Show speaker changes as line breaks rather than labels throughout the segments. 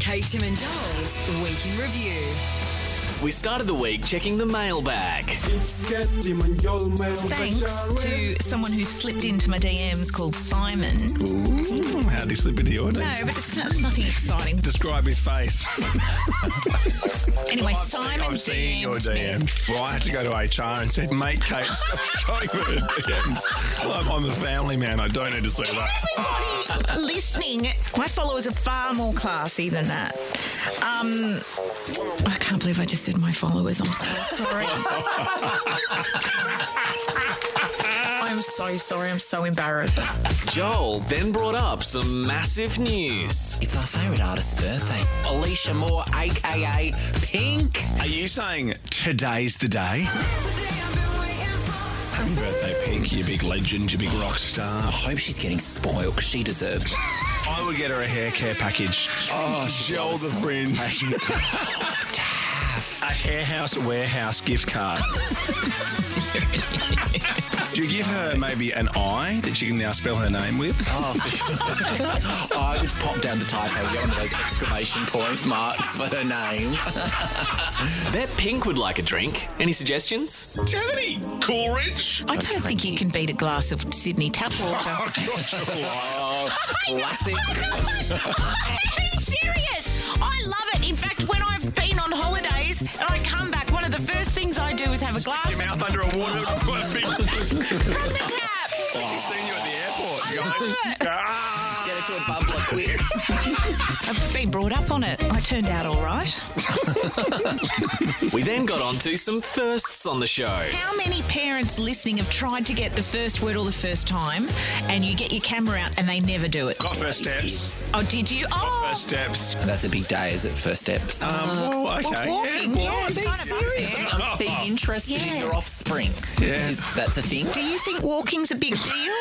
Kate, Tim, and Joel's Week in Review.
We started the week checking the mailbag.
thanks to someone who slipped into my DMs called Simon.
Ooh, Hmm, how'd he slip into your
No,
day?
but it's, not, it's nothing exciting.
Describe his face.
Anyway,
I've seen-
Simon
I've seen your
DM'd me.
DMs. Well, I had to go to HR and said, mate, Kate, stop showing me her DMs. I'm, I'm a family man. I don't need to see that.
Everybody listening, my followers are far more classy than that. Um, I can't believe I just said my followers. I'm so sorry. I'm so sorry. I'm so embarrassed.
Joel then brought up some massive news.
It's our favourite artist's birthday. Alicia Moore, aka Pink.
Are you saying today's the day? Happy birthday, Pink. You big legend. You big rock star.
I hope she's getting spoiled 'cause she deserves it.
I would get her a hair care package. Oh, Joel the fringe.
Taft.
A hair house warehouse gift card. Do you give her maybe an I that you can now spell her name with?
Oh, for sure. I would pop down to Taipei and get one of those exclamation point marks for her name.
Bet Pink would like a drink. Any suggestions?
Do you have any Coolridge?
I don't think you can beat a glass of Sydney tap water.
Oh, classic.
I'm serious. I love it. In fact, when I've been on holidays and I come back, one of the first things I do is have a glass
Your mouth under a water.
from the tap.
She's seen you at the airport. Going, "Ah."
Get it to a bubbler quick.
I've been brought up on it. I turned out all right.
We then got onto some firsts on the show.
How many parents listening have tried to get the first wordle the first time and you get your camera out and they never do it?
Got first steps.
Oh, did you? Oh,
First steps.
And that's a big day, is it? First steps.
Um, oh, okay.
well, walking,
Yeah,
yeah,
well, I
it's
think
kind of up
serious.
there.
Oh,
Be interested in your offspring.
Yeah.
Is- that's a thing.
do you think walking's a big deal?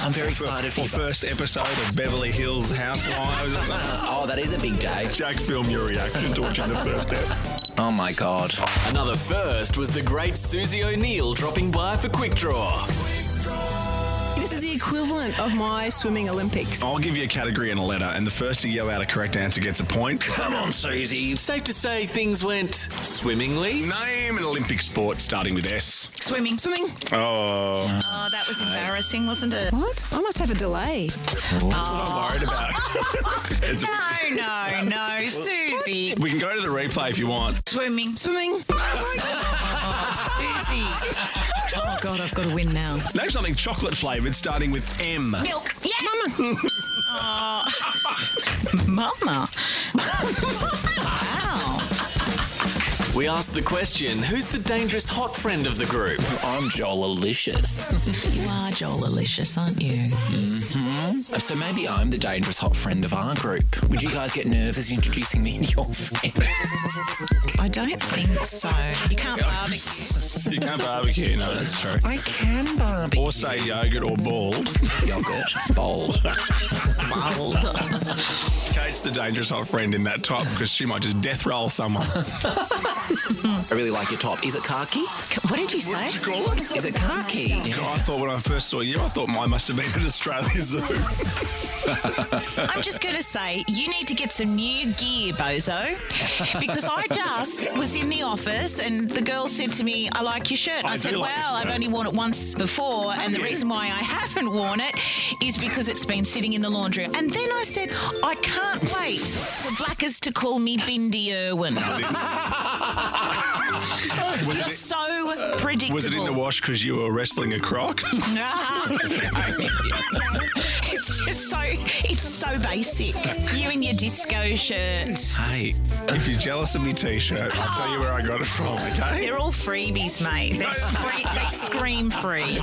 I'm very excited for
Well,
you.
first episode of Beverly Hills Housewives or something.
Oh, that is a big day.
Jack, film your reaction to watching the first step.
Oh my god.
Another first was the great Susie O'Neill dropping by for Quick Draw.
This is the equivalent of my swimming Olympics.
I'll give you a category and a letter, and the first to yell out a correct answer gets a point.
Come on, Susie.
Safe to say things went swimmingly.
Name an Olympic sport starting with S.
Swimming.
Swimming?
Oh,
Oh, that was embarrassing, wasn't it?
What? I must have a delay.
I'm worried about. It's-
No, no, no, Susie.
we can go to the replay if you want.
Swimming.
Swimming.
Susie. Oh, God, I've got to win now.
Name something chocolate flavored starting with M.
Milk. Yeah. Mama. Mama. wow.
We asked the question who's the dangerous hot friend of the group?
I'm Joel Alicious.
You are Joel Alicious, aren't you?
So maybe I'm the dangerous hot friend of our group. Would you guys get nervous introducing me to your friends?
I don't think so. You can't barbecue.
You can't barbecue. No, that's true.
I can barbecue.
Or say yogurt or bald.
yogurt bowl.
Kate's the dangerous hot friend in that top because she might just death roll someone.
I really like your top. Is it khaki?
What did you say?
call it?
Is it khaki?
I thought when I first saw you, I thought mine must have been at Australia Zoo.
I'm just going to say, you need to get some new gear, bozo. Because I just was in the office and the girl said to me, I like your shirt. And
I
I,
do
said,
like
Well,
this
I've
shirt."
only worn it once before. And the
you?
reason why I haven't worn it is because it's been sitting in the laundry. And then I said, I can't wait for blackers to call me Bindi Irwin. You're so predictable.
Was it in the wash because you were wrestling a croc?
it's just so it's so basic. You and your disco shirt.
Hey, if you're jealous of my t-shirt, I'll tell you where I got it from, okay?
They're all freebies, mate. They, scre- they scream free.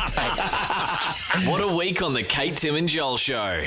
What a week on the Kate, Tim, and Joel show.